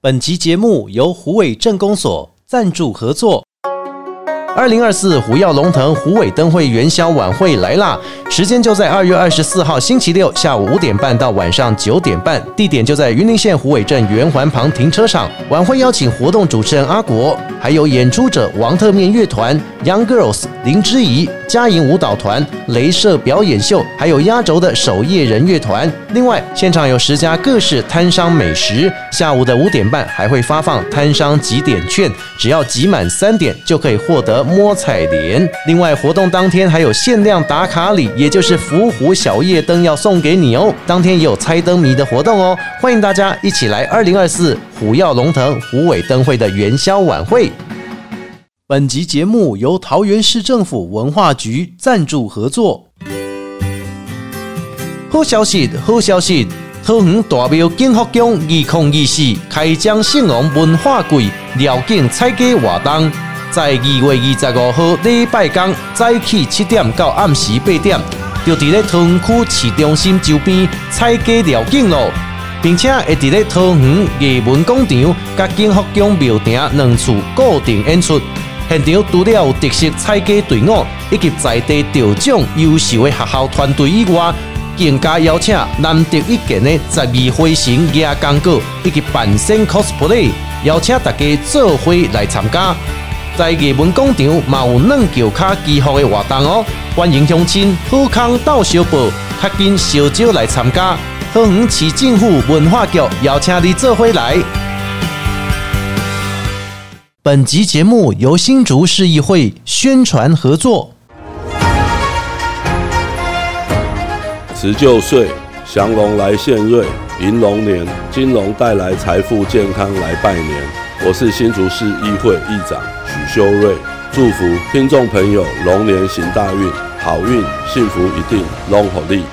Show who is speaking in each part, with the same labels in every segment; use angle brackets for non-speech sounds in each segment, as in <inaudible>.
Speaker 1: 本集节目由虎尾镇公所赞助合作。二零二四虎耀龙腾虎尾灯会元宵晚会来啦！时间就在二月二十四号星期六下午五点半到晚上九点半，地点就在云林县虎尾镇圆环旁停车场。晚会邀请活动主持人阿国，还有演出者王特面乐团、Young Girls、林之怡、嘉颖舞蹈团、镭射表演秀，还有压轴的守夜人乐团。另外，现场有十家各式摊商美食。下午的五点半还会发放摊商集点券，只要集满三点就可以获得摸彩联。另外，活动当天还有限量打卡礼，也就是伏虎小夜灯要送给你哦。当天也有猜灯谜的活动哦，欢迎大家一起来二零二四虎耀龙腾虎尾灯会的元宵晚会。本集节目由桃园市政府文化局赞助合作。好消息，好消息！桃园大庙景福宫二零二四开张圣王文化季廖景采鸡活动，在二月二十五号礼拜天早起七点到暗时八点，就伫咧桃园区市中心周边采鸡廖景路，并且会伫咧桃园艺文广场甲景福宫庙埕两处固定演出。现场除了有特色采鸡队伍以及在地得奖优秀的学校团队以外，更加邀请难得一见的十二花神夜工果以及扮身 cosplay，邀请大家做伙来参加。在艺文广场嘛有软桥卡祈福的活动哦，欢迎乡亲好康到小报，较紧小招来参加。桃园市政府文化局邀请你做伙来。本集节目由新竹市议会宣传合作。
Speaker 2: 辞旧岁，降龙来献瑞，迎龙年，金龙带来财富健康来拜年。我是新竹市议会议长许修睿，祝福听众朋友龙年行大运，好运幸福一定，龙好利。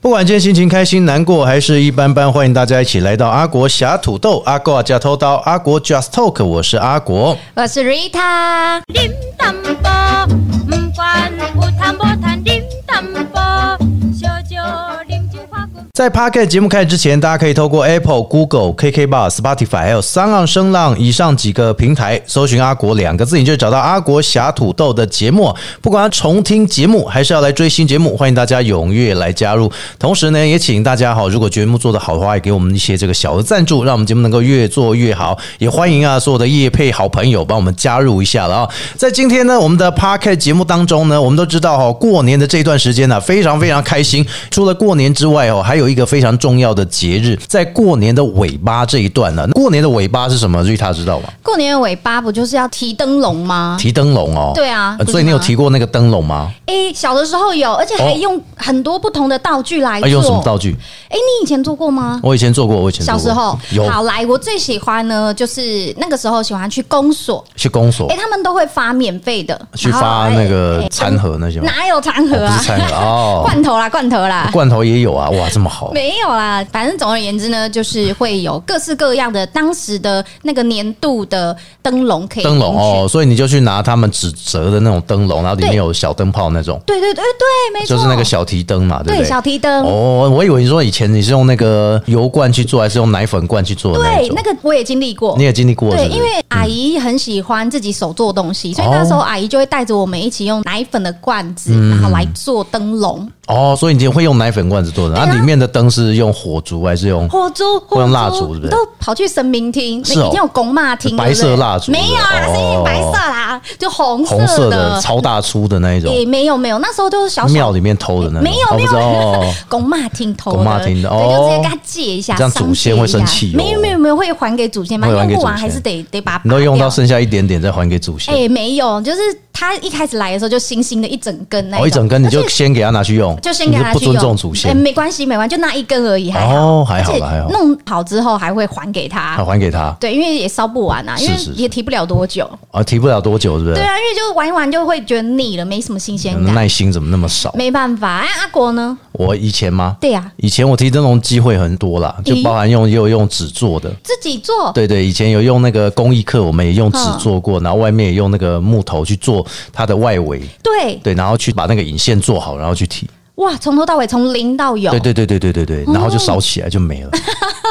Speaker 1: 不管今天心情开心、难过还是一般般，欢迎大家一起来到阿国侠土豆、阿国加偷刀、阿国 Just Talk，我是阿国。
Speaker 3: 我是 Rita，
Speaker 4: điểm tâm bò mâm quan u tham bò than điểm tâm bò cho cho điểm chữ hoa cùng
Speaker 1: 在 Pocket 节目开始之前，大家可以透过 Apple、Google、KK Bar、Spotify 还有三浪声浪以上几个平台搜寻“阿国”两个字，你就找到阿国侠土豆的节目。不管要重听节目，还是要来追新节目，欢迎大家踊跃来加入。同时呢，也请大家哈，如果节目做得好的话，也给我们一些这个小额赞助，让我们节目能够越做越好。也欢迎啊，所有的业配好朋友帮我们加入一下了啊、在今天呢，我们的 Pocket 节目当中呢，我们都知道哈、过年的这段时间呢、非常非常开心。除了过年之外哦，还有一个非常重要的节日，在过年的尾巴这一段呢、过年的尾巴是什么？瑞塔知道吗？
Speaker 3: 过年的尾巴不就是要提灯笼吗？
Speaker 1: 提灯笼哦。
Speaker 3: 对啊
Speaker 1: 呃
Speaker 3: 不是吗
Speaker 1: 所以你有提过那个灯笼吗？
Speaker 3: 诶，小的时候有，而且还用很多不同的道具来
Speaker 1: 啊，
Speaker 3: 做。
Speaker 1: 用什么道具？
Speaker 3: 诶，你以前做过吗？
Speaker 1: 我以前做过，我以前做
Speaker 3: 小
Speaker 1: 过
Speaker 3: 时候
Speaker 1: 有
Speaker 3: 好来，我最喜欢呢，就是那个时候喜欢去公所，
Speaker 1: 去公所
Speaker 3: 诶，他们都会发免费的，
Speaker 1: 去
Speaker 3: 然后
Speaker 1: 发那个
Speaker 3: 诶
Speaker 1: 餐盒那些吗？
Speaker 3: 哪有餐盒
Speaker 1: 哦
Speaker 3: 啊
Speaker 1: 不是？餐盒哦
Speaker 3: <laughs> 罐头啦，罐头啦，
Speaker 1: 罐头也有啊，哇，这么好。
Speaker 3: 没有啦，反正总而言之呢，就是会有各式各样的当时的那个年度的灯笼可以
Speaker 1: 灯笼
Speaker 3: 领取
Speaker 1: 哦，所以你就去拿他们纸折的那种灯笼，然后里面
Speaker 3: 对
Speaker 1: 有小灯泡那种，
Speaker 3: 对对对对，没错，
Speaker 1: 就是那个小提灯嘛，对不
Speaker 3: 对小提灯。
Speaker 1: 哦，我以为你说以前你是用那个油罐去做，还是用奶粉罐去做的那一
Speaker 3: 对，
Speaker 1: 种？
Speaker 3: 那个我也经历过。
Speaker 1: 你也经历过是
Speaker 3: 对，
Speaker 1: 不是
Speaker 3: 因为阿姨很喜欢自己手做东西，所以
Speaker 1: 哦嗯
Speaker 3: 那时候阿姨就会带着我们一起用奶粉的罐子，然后来做灯笼、
Speaker 1: 哦，所以你就会用奶粉罐子做的，
Speaker 3: 对
Speaker 1: 那、
Speaker 3: 啊
Speaker 1: 里面的灯是用火烛还是用？
Speaker 3: 火烛、
Speaker 1: 会
Speaker 3: 火
Speaker 1: 用蜡烛是不是
Speaker 3: 都跑去神明厅，
Speaker 1: 是哦
Speaker 3: 那一定有公骂厅，
Speaker 1: 白色
Speaker 3: 对不对
Speaker 1: 蜡烛
Speaker 3: 没有啊，
Speaker 1: 是不是
Speaker 3: 是
Speaker 1: 哦
Speaker 3: 白色啦，就红
Speaker 1: 红色的
Speaker 3: 的。
Speaker 1: 超大粗的那一种，
Speaker 3: 也没有没有，那时候都是小
Speaker 1: 庙
Speaker 3: 小
Speaker 1: 里面偷的那种，
Speaker 3: 没有
Speaker 1: 哦
Speaker 3: 没
Speaker 1: 不知道
Speaker 3: 有 <laughs>
Speaker 1: 哦，
Speaker 3: 公骂厅偷
Speaker 1: 公妈厅的
Speaker 3: 对，就直
Speaker 1: 哦
Speaker 3: 接给他借一下，
Speaker 1: 这样祖先会生气哦
Speaker 3: 商借一下没有没有没有，会还给祖先吗？
Speaker 1: 会还
Speaker 3: 用
Speaker 1: 给
Speaker 3: 不
Speaker 1: 祖
Speaker 3: 完还
Speaker 1: 先
Speaker 3: 是得得把它
Speaker 1: 你都
Speaker 3: 拔
Speaker 1: 用到
Speaker 3: 掉
Speaker 1: 剩下一点点再还给祖先。
Speaker 3: 哎、没有，就是他一开始来的时候就新新的一整根那
Speaker 1: 哦，
Speaker 3: 种
Speaker 1: 一整根你
Speaker 3: 而
Speaker 1: 就
Speaker 3: 且
Speaker 1: 先给他拿去用，
Speaker 3: 就先给
Speaker 1: 你
Speaker 3: 他
Speaker 1: 不
Speaker 3: 去用
Speaker 1: 尊重祖先
Speaker 3: 哎、，没关系，没关系，就那一根而已，还好，
Speaker 1: 哦还好
Speaker 3: 而且
Speaker 1: 啦还好
Speaker 3: 弄好之后还会还
Speaker 1: 还
Speaker 3: 给他。
Speaker 1: 还给他，
Speaker 3: 对，因为也烧不完啊，
Speaker 1: 是
Speaker 3: 因为
Speaker 1: 是是
Speaker 3: 也提不了多久。
Speaker 1: 啊，提不了多久，是不是
Speaker 3: 对？啊，因为就玩一玩就会觉得腻了，没什么新鲜感，
Speaker 1: 耐心怎么那么少？
Speaker 3: 没办法。哎、阿国呢？
Speaker 1: 我以前吗？
Speaker 3: 对啊呀、
Speaker 1: 以前我提灯笼机会很多啦，就
Speaker 3: 咦
Speaker 1: 包含用也有用纸做的，
Speaker 3: 自己做，
Speaker 1: 对对，以前有用那个工艺课，我们也用纸做
Speaker 3: 哦
Speaker 1: 过，然后外面也用那个木头去做它的外围，
Speaker 3: 对
Speaker 1: 对，然后去把那个引线做好，然后去提。
Speaker 3: 哇，从头到尾从零到有，
Speaker 1: 对对对对对对
Speaker 3: 哦
Speaker 1: 对，然后就烧起来就没了。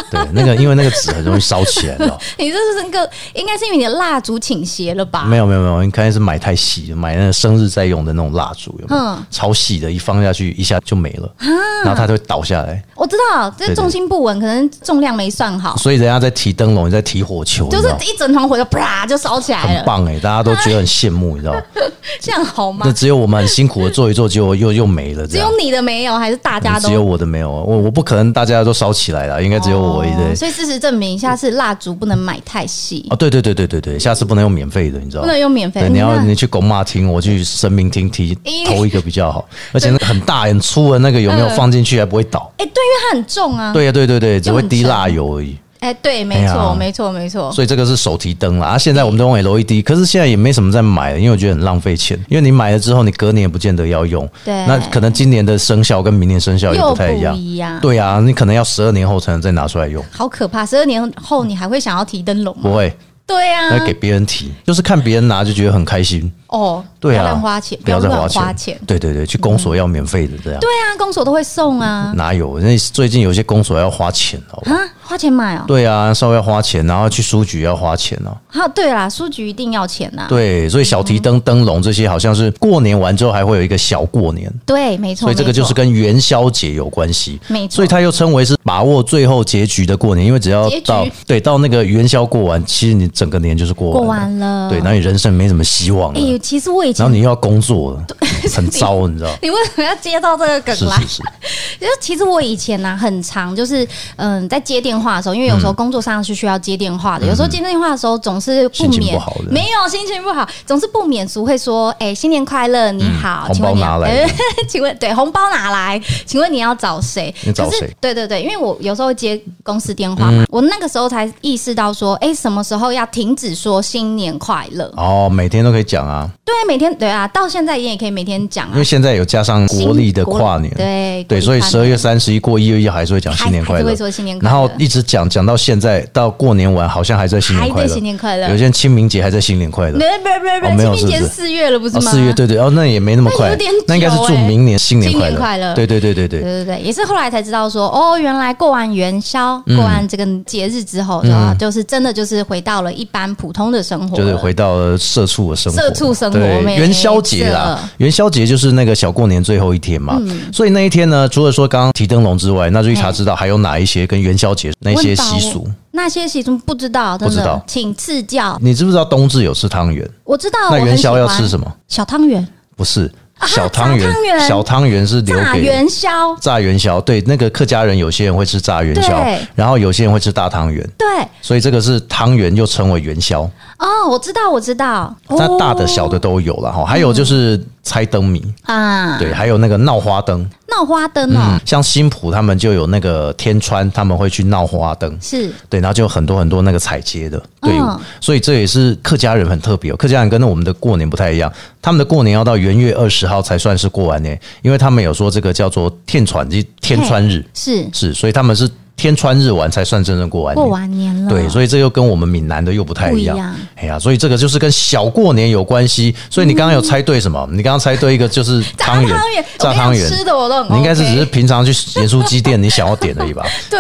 Speaker 1: 对， <laughs> 那个因为那个纸很容易烧起来
Speaker 3: <laughs>
Speaker 1: 的。
Speaker 3: 你这是那个应该是因为你的蜡烛倾斜了吧？
Speaker 1: 没有没有没有，你看是买太细，买那个生日在用的那种蜡烛，有没有？
Speaker 3: 嗯啊
Speaker 1: 超细的，一放下去一下就没了，然后它就会倒下来。
Speaker 3: 我知道，这
Speaker 1: 对对
Speaker 3: 是重心不稳，可能重量没算好，
Speaker 1: 所以人家在提灯笼，你在提火球，
Speaker 3: 就
Speaker 1: 你知
Speaker 3: 是
Speaker 1: 道，
Speaker 3: 一整团火就啪就烧起来
Speaker 1: 很
Speaker 3: 了，
Speaker 1: 棒哎、大家都觉得很羡慕，你知道。
Speaker 3: <laughs> 这样好吗
Speaker 1: 那？只有我们很辛苦的做一做，结果又又没了，这
Speaker 3: 只
Speaker 1: 样
Speaker 3: 有。你的没有，还是大家都
Speaker 1: 只有我的没有，啊我我不可能大家都烧起来了，应该只有我一
Speaker 3: 哦
Speaker 1: 对。
Speaker 3: 所以事实证明，下次蜡烛不能买太细
Speaker 1: 哦，，对对对对对对，下次不能用免费的，你知道
Speaker 3: 不
Speaker 1: 吗
Speaker 3: 能？用免费。嗯
Speaker 1: 对，你要
Speaker 3: 看
Speaker 1: 你去狗骂厅，我去神明厅提
Speaker 3: 咦
Speaker 1: 投一个比较
Speaker 3: <laughs>
Speaker 1: 好，而且那个很大很粗的那个有没有
Speaker 3: 嗯
Speaker 1: 放进去还不会倒？
Speaker 3: 哎，对，因为它很重啊。，
Speaker 1: 对呀、对对对，只会
Speaker 3: 就很
Speaker 1: 滴
Speaker 3: 沉
Speaker 1: 蜡油而已。
Speaker 3: 哎，对，没
Speaker 1: 哎呀
Speaker 3: 错，没错，没错。
Speaker 1: 所以这个是手提灯啦，啊，现在我们都用 LED，可是现在也没什么在买了，因为我觉得很浪费钱，因为你买了之后，你隔年也不见得要用，
Speaker 3: 对
Speaker 1: 那可能今年的生效跟明年生效也
Speaker 3: 又
Speaker 1: 不太一样，
Speaker 3: 不一样
Speaker 1: 对啊，你可能要十二年后才能再拿出来用，
Speaker 3: 好可怕！十二年后你还会想要提灯笼吗？
Speaker 1: 不会，
Speaker 3: 对
Speaker 1: 嗯那
Speaker 3: 啊，
Speaker 1: 给别人提，就是看别人拿就觉得很开心，
Speaker 3: 哦，
Speaker 1: 对
Speaker 3: 不要
Speaker 1: 啊，
Speaker 3: 乱花钱，
Speaker 1: 不要再
Speaker 3: 乱
Speaker 1: 花
Speaker 3: 花钱。
Speaker 1: 对对对，去公所要免费的这样，
Speaker 3: 对啊，公所都会送啊
Speaker 1: 哪有？那最近有些公所要花钱哦。
Speaker 3: 啊，花钱买哦。
Speaker 1: 对啊，稍微要花钱，然后去书局要花钱哦。
Speaker 3: 好，对啦，书局一定要钱呐。
Speaker 1: 对，所以小提灯、灯笼这些好像是过年完之后还会有一个小过年，
Speaker 3: 对，没错。
Speaker 1: 所以这个
Speaker 3: 没错
Speaker 1: 就是跟元宵节有关系。
Speaker 3: 没错
Speaker 1: 所以它又称为是把握最后结局的过年，因为只要
Speaker 3: 结局
Speaker 1: 到对到那个元宵过完，其实你整个年就是过完
Speaker 3: 过
Speaker 1: 了，
Speaker 3: 完了。
Speaker 1: 对，然后你人生没什么希望了，
Speaker 3: 哎呦，其实我以前
Speaker 1: 然后你又要工作
Speaker 3: <laughs>
Speaker 1: 了，很糟，你知道？
Speaker 3: 你为什么要接 <laughs> 到这个
Speaker 1: 是
Speaker 3: 梗来
Speaker 1: 是？是，
Speaker 3: 因为其实我以前呢、很常就是嗯、在接电话的时候，因为有时
Speaker 1: 嗯
Speaker 3: 候工作上是需要接电话的，有时候接电话的时候总是不
Speaker 1: 心情
Speaker 3: 免
Speaker 1: 不好的
Speaker 3: 没有心情不好，总是不免俗会说：“哎、新年快乐，你
Speaker 1: 嗯
Speaker 3: 好，
Speaker 1: 红
Speaker 3: 请问
Speaker 1: 包
Speaker 3: 你
Speaker 1: 拿
Speaker 3: 要
Speaker 1: 来
Speaker 3: <laughs> 请问对红包拿来，请问你要找谁？
Speaker 1: 你找谁嗯
Speaker 3: 可是对对对，因为我有时候会接公司电话嘛，我那个时候才意识到说，哎、什么时候要停止说新年快乐？
Speaker 1: 哦，每天都可以讲啊，
Speaker 3: 对，每天对啊，到现在也可以每天讲
Speaker 1: 因
Speaker 3: 啊
Speaker 1: 为。现在有加上国历的跨年，
Speaker 3: 新对
Speaker 1: 对，所以十二
Speaker 3: 月。
Speaker 1: 月三十一过一月一还是会讲新年快
Speaker 3: 还还
Speaker 1: 乐
Speaker 3: 是会说新年，快
Speaker 1: 然
Speaker 3: 乐
Speaker 1: 后一直讲讲到现在，到过年完好像还在新年快
Speaker 3: 还
Speaker 1: 乐，
Speaker 3: 在新年快乐
Speaker 1: 有些人清明节还在新年快乐
Speaker 3: 没。没没
Speaker 1: 哦
Speaker 3: 没，
Speaker 1: 没有
Speaker 3: 清
Speaker 1: 是
Speaker 3: 明节
Speaker 1: 不是
Speaker 3: 四月了，不是
Speaker 1: 哦，
Speaker 3: 吗？
Speaker 1: 四月对对哦，那也没那么
Speaker 3: 那
Speaker 1: 快
Speaker 3: 有点久，欸
Speaker 1: 那应该是祝明年新年快
Speaker 3: 新
Speaker 1: 乐，
Speaker 3: 年快乐
Speaker 1: 对对对对对，
Speaker 3: 对对对，也是后来才知道说，哦，原来过完元宵、
Speaker 1: 嗯
Speaker 3: 过完这个节日之后，就、就是真的就是回到了一般普通的生活了，
Speaker 1: 就是回到了社畜的生活，
Speaker 3: 社畜生活
Speaker 1: 对
Speaker 3: 没
Speaker 1: 元宵节啦
Speaker 3: 错，
Speaker 1: 元宵节就是那个小过年最后一天嘛，
Speaker 3: 嗯
Speaker 1: 所以那一天呢，除了说刚刚提灯笼之外，那就去查知道还有哪一些跟元宵节那些习
Speaker 3: 问
Speaker 1: 俗
Speaker 3: 到我。那些习俗不知道，真
Speaker 1: 不知道
Speaker 3: 的，请赐教。
Speaker 1: 你知不知道冬至有吃汤圆？
Speaker 3: 哦我知道，
Speaker 1: 那元宵要吃
Speaker 3: 么？
Speaker 1: 什么？
Speaker 3: 小汤圆、
Speaker 1: 不是小汤圆
Speaker 3: 啊小汤，圆
Speaker 1: 小汤圆是留
Speaker 3: 炸
Speaker 1: 给
Speaker 3: 元宵，
Speaker 1: 炸元宵。对，那个客家人有些人会吃炸元宵
Speaker 3: 对，
Speaker 1: 然后有些人会吃大汤圆，
Speaker 3: 对，
Speaker 1: 所以这个是汤圆又称为元宵。
Speaker 3: 哦，我知道，我知道，
Speaker 1: 那
Speaker 3: 哦
Speaker 1: 大的小的都有了哈，还有就是猜灯谜，
Speaker 3: 啊，
Speaker 1: 对，还有那个闹花灯，
Speaker 3: 闹花灯哦
Speaker 1: 嗯，，像新浦他们就有那个天川，他们会去闹花灯。
Speaker 3: 是
Speaker 1: 对，然后就有很多很多那个彩街的队伍，
Speaker 3: 嗯
Speaker 1: 所以这也是客家人很特别、哦。客家人跟我们的过年不太一样，他们的过年要到元月二十号才算是过完年，因为他们有说这个叫做天传日，天川日
Speaker 3: 是
Speaker 1: 是，所以他们是天川日完才算真正过完年。
Speaker 3: 过完年了，
Speaker 1: 对，所以这又跟我们闽南的又不太一样。
Speaker 3: 不一样
Speaker 1: 哎呀，所以这个就是跟小过年有关系。所以你刚刚有猜对什么？你刚刚猜对一个就是
Speaker 3: 嗯炸
Speaker 1: 汤圆，
Speaker 3: 我
Speaker 1: 炸
Speaker 3: 跟
Speaker 1: 汤
Speaker 3: 你
Speaker 1: 圆
Speaker 3: 讲，吃的我都很 OK，
Speaker 1: 你应该是只是平常去盐酥鸡店你想要点而已吧？
Speaker 3: 对。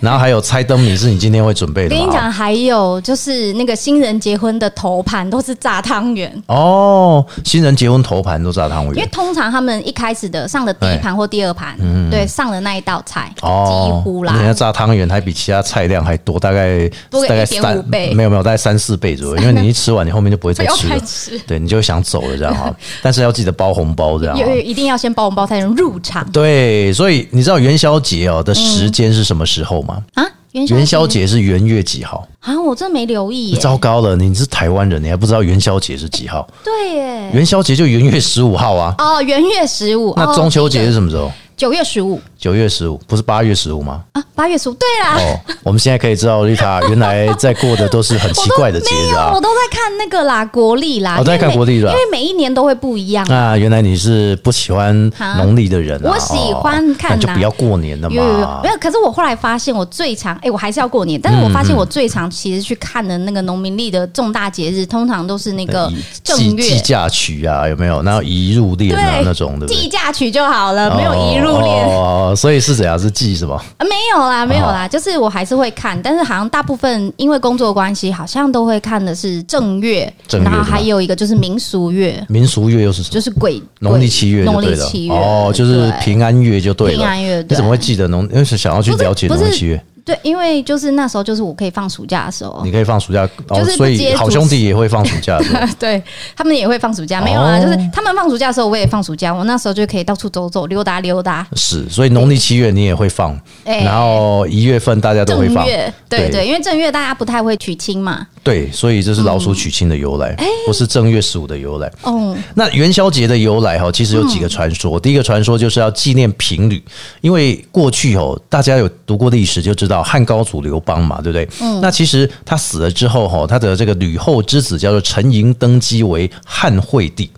Speaker 1: 然后还有猜灯谜是你今天会准备的
Speaker 3: 跟
Speaker 1: 嘛？
Speaker 3: 你讲，还有就是那个新人结婚的头盘都是炸汤圆。
Speaker 1: 哦，新人结婚头盘都炸汤
Speaker 3: 因为
Speaker 1: 圆，
Speaker 3: 通常他们一开始的上的第一盘或第二盘，对上的那一道菜，
Speaker 1: 嗯哦
Speaker 3: 几，乎
Speaker 1: 人家
Speaker 3: 啦，
Speaker 1: 炸汤圆还比其他菜量还多，大概
Speaker 3: 多个
Speaker 1: 大概
Speaker 3: 1.5
Speaker 1: 三
Speaker 3: 倍
Speaker 1: 没有没有，大概三四倍左右。因为你一吃完，你后面就不会
Speaker 3: 不
Speaker 1: 再
Speaker 3: 要
Speaker 1: 吃
Speaker 3: <laughs> 开
Speaker 1: 了，
Speaker 3: 始，
Speaker 1: 对，你就想走了这样
Speaker 3: <laughs>
Speaker 1: 哈。但是要记得包红包这样。
Speaker 3: 有
Speaker 1: 哈。
Speaker 3: 有一定要先包红包才能入场
Speaker 1: 对，所以你知道元宵节哦的时间是什么时候吗？
Speaker 3: 啊！元
Speaker 1: 嗯元宵节是元月几号？
Speaker 3: 啊，我真没留意耶，
Speaker 1: 糟糕了，你是台湾人，你还不知道元宵节是几号？
Speaker 3: 对耶，
Speaker 1: 元宵节就元月十五号啊。
Speaker 3: 哦，元月十五，
Speaker 1: 那
Speaker 3: 哦
Speaker 1: 中秋节是什么时候？
Speaker 3: 九月十五
Speaker 1: 九月十五不是八月十五
Speaker 3: <laughs>
Speaker 1: 吗？
Speaker 3: 啊，八月十五，对啦，
Speaker 1: 哦，我们现在可以知道丽
Speaker 3: <laughs>
Speaker 1: 塔原来在过的都是很奇怪的节
Speaker 3: 没
Speaker 1: 日
Speaker 3: 有，
Speaker 1: 啊
Speaker 3: 我。都在看那个啦，国历啦，
Speaker 1: 哦在看
Speaker 3: 因为每
Speaker 1: 国历是吧
Speaker 3: 因为每一年都会不一样。
Speaker 1: 那原来你是不喜欢农历的人啊？
Speaker 3: 我喜欢看
Speaker 1: 哦那就
Speaker 3: 呐
Speaker 1: 不要过年了
Speaker 3: 有有有
Speaker 1: 嘛
Speaker 3: 没。有？可是我后来发现，我最常哎、我还是要过年，但是我发现
Speaker 1: 嗯
Speaker 3: 我最常其实去看的那个农民历的重大节日，通常都是那个
Speaker 1: 以
Speaker 3: 正
Speaker 1: 计计
Speaker 3: 月。
Speaker 1: 价曲啊，有没有？然后一入列啊那种，对不对？
Speaker 3: 计价曲就好了，没有一入列、
Speaker 1: 哦，所以是怎样？是记什么？
Speaker 3: 啊没有啦，没有啦，就是我还是会看，但是好像大部分因为工作关系，好像都会看的是正月，
Speaker 1: 正月
Speaker 3: 然后
Speaker 1: 是吧
Speaker 3: 还有一个就是民俗月，
Speaker 1: 民俗月又是什么
Speaker 3: 就？是鬼
Speaker 1: 农历七月就
Speaker 3: 农
Speaker 1: 对
Speaker 3: 历
Speaker 1: 了
Speaker 3: 七月
Speaker 1: 哦，就是
Speaker 3: 对
Speaker 1: 平安月就对了。
Speaker 3: 平安月对
Speaker 1: 你怎么会记得农？因为是想要去
Speaker 3: 不是
Speaker 1: 了解农
Speaker 3: 不
Speaker 1: 历
Speaker 3: 是
Speaker 1: 七月，
Speaker 3: 对，因为就是那时候就是我可以放暑假的时候
Speaker 1: 你，可以放暑假哦，
Speaker 3: 就是不
Speaker 1: 所以
Speaker 3: 接
Speaker 1: 好
Speaker 3: 触
Speaker 1: 兄弟也会放暑假。对不对
Speaker 3: <laughs> 对他们也会放暑假，没有啦，
Speaker 1: 哦
Speaker 3: 就是他们放暑假的时候，我也放暑假，我那时候就可以到处走走、溜达溜达。
Speaker 1: 是，所以农历七月你也会放，
Speaker 3: 哎
Speaker 1: 然后一月份大家都
Speaker 3: 正
Speaker 1: 会放，
Speaker 3: 月，对
Speaker 1: 对
Speaker 3: 对，因为正月大家不太会娶亲嘛，
Speaker 1: 对，所以这是老鼠娶亲的由来，
Speaker 3: 哎
Speaker 1: 不是正月十五的由来。
Speaker 3: 哦，
Speaker 1: 那元宵节的由来哈，其实有几个传
Speaker 3: 嗯
Speaker 1: 说。第一个传说就是要纪念平吕，因为过去哦，大家有读过历史就知道汉高祖刘邦嘛，对不对？
Speaker 3: 嗯
Speaker 1: 那其实他死了之后哈，他的这个吕后之子叫做陈盈登基为汉惠帝。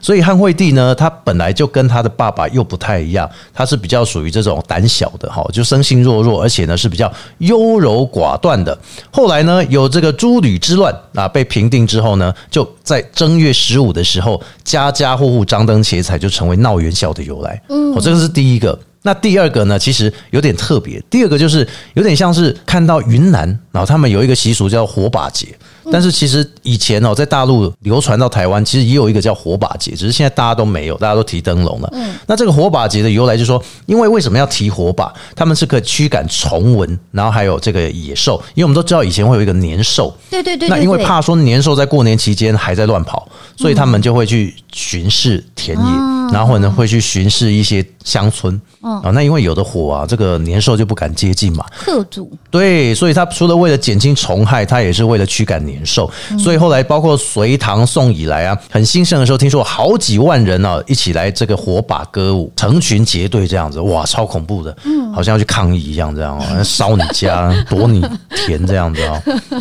Speaker 1: 所以汉惠帝呢，他本来就跟他的爸爸又不太一样，他是比较属于这种胆小的哈，就生性弱弱，而且呢是比较优柔寡断的。后来呢，有这个诸吕之乱啊被平定之后呢，就在正月十五的时候，家家户户张灯结彩，就成为闹元宵的由来。嗯，哦，这个是第一个。那第二个呢，其实有点特别。第二个就是有点像是看到云南，然后他们有一个习俗叫火把节，但是其实以前哦，在大陆流传到台湾，其实也有一个叫火把节，只是现在大家都没有，大家都提灯笼了。那这个火把节的由来就是说，因为为什么要提火把？他们是可以驱赶虫蚊，然后还有这个野兽，因为我们都知道以前会有一个年兽，
Speaker 3: 对对对
Speaker 1: 那
Speaker 3: 对
Speaker 1: 因为
Speaker 3: 对，
Speaker 1: 怕说年兽在过年期间还在乱跑，所以他们就会去巡视田野，
Speaker 3: 嗯
Speaker 1: 然后呢会去巡视一些乡村。啊、那因为有的火啊，这个年兽就不敢接近嘛。
Speaker 3: 客主
Speaker 1: 对，所以他除了为了减轻虫害，他也是为了驱赶年兽。所以后来包括隋唐宋以来啊，很兴盛的时候，听说好几万人啊一起来这个火把歌舞，成群结队这样子，哇，超恐怖的，好像要去抗议一样，这样哦，烧你家，夺你田这样子哦。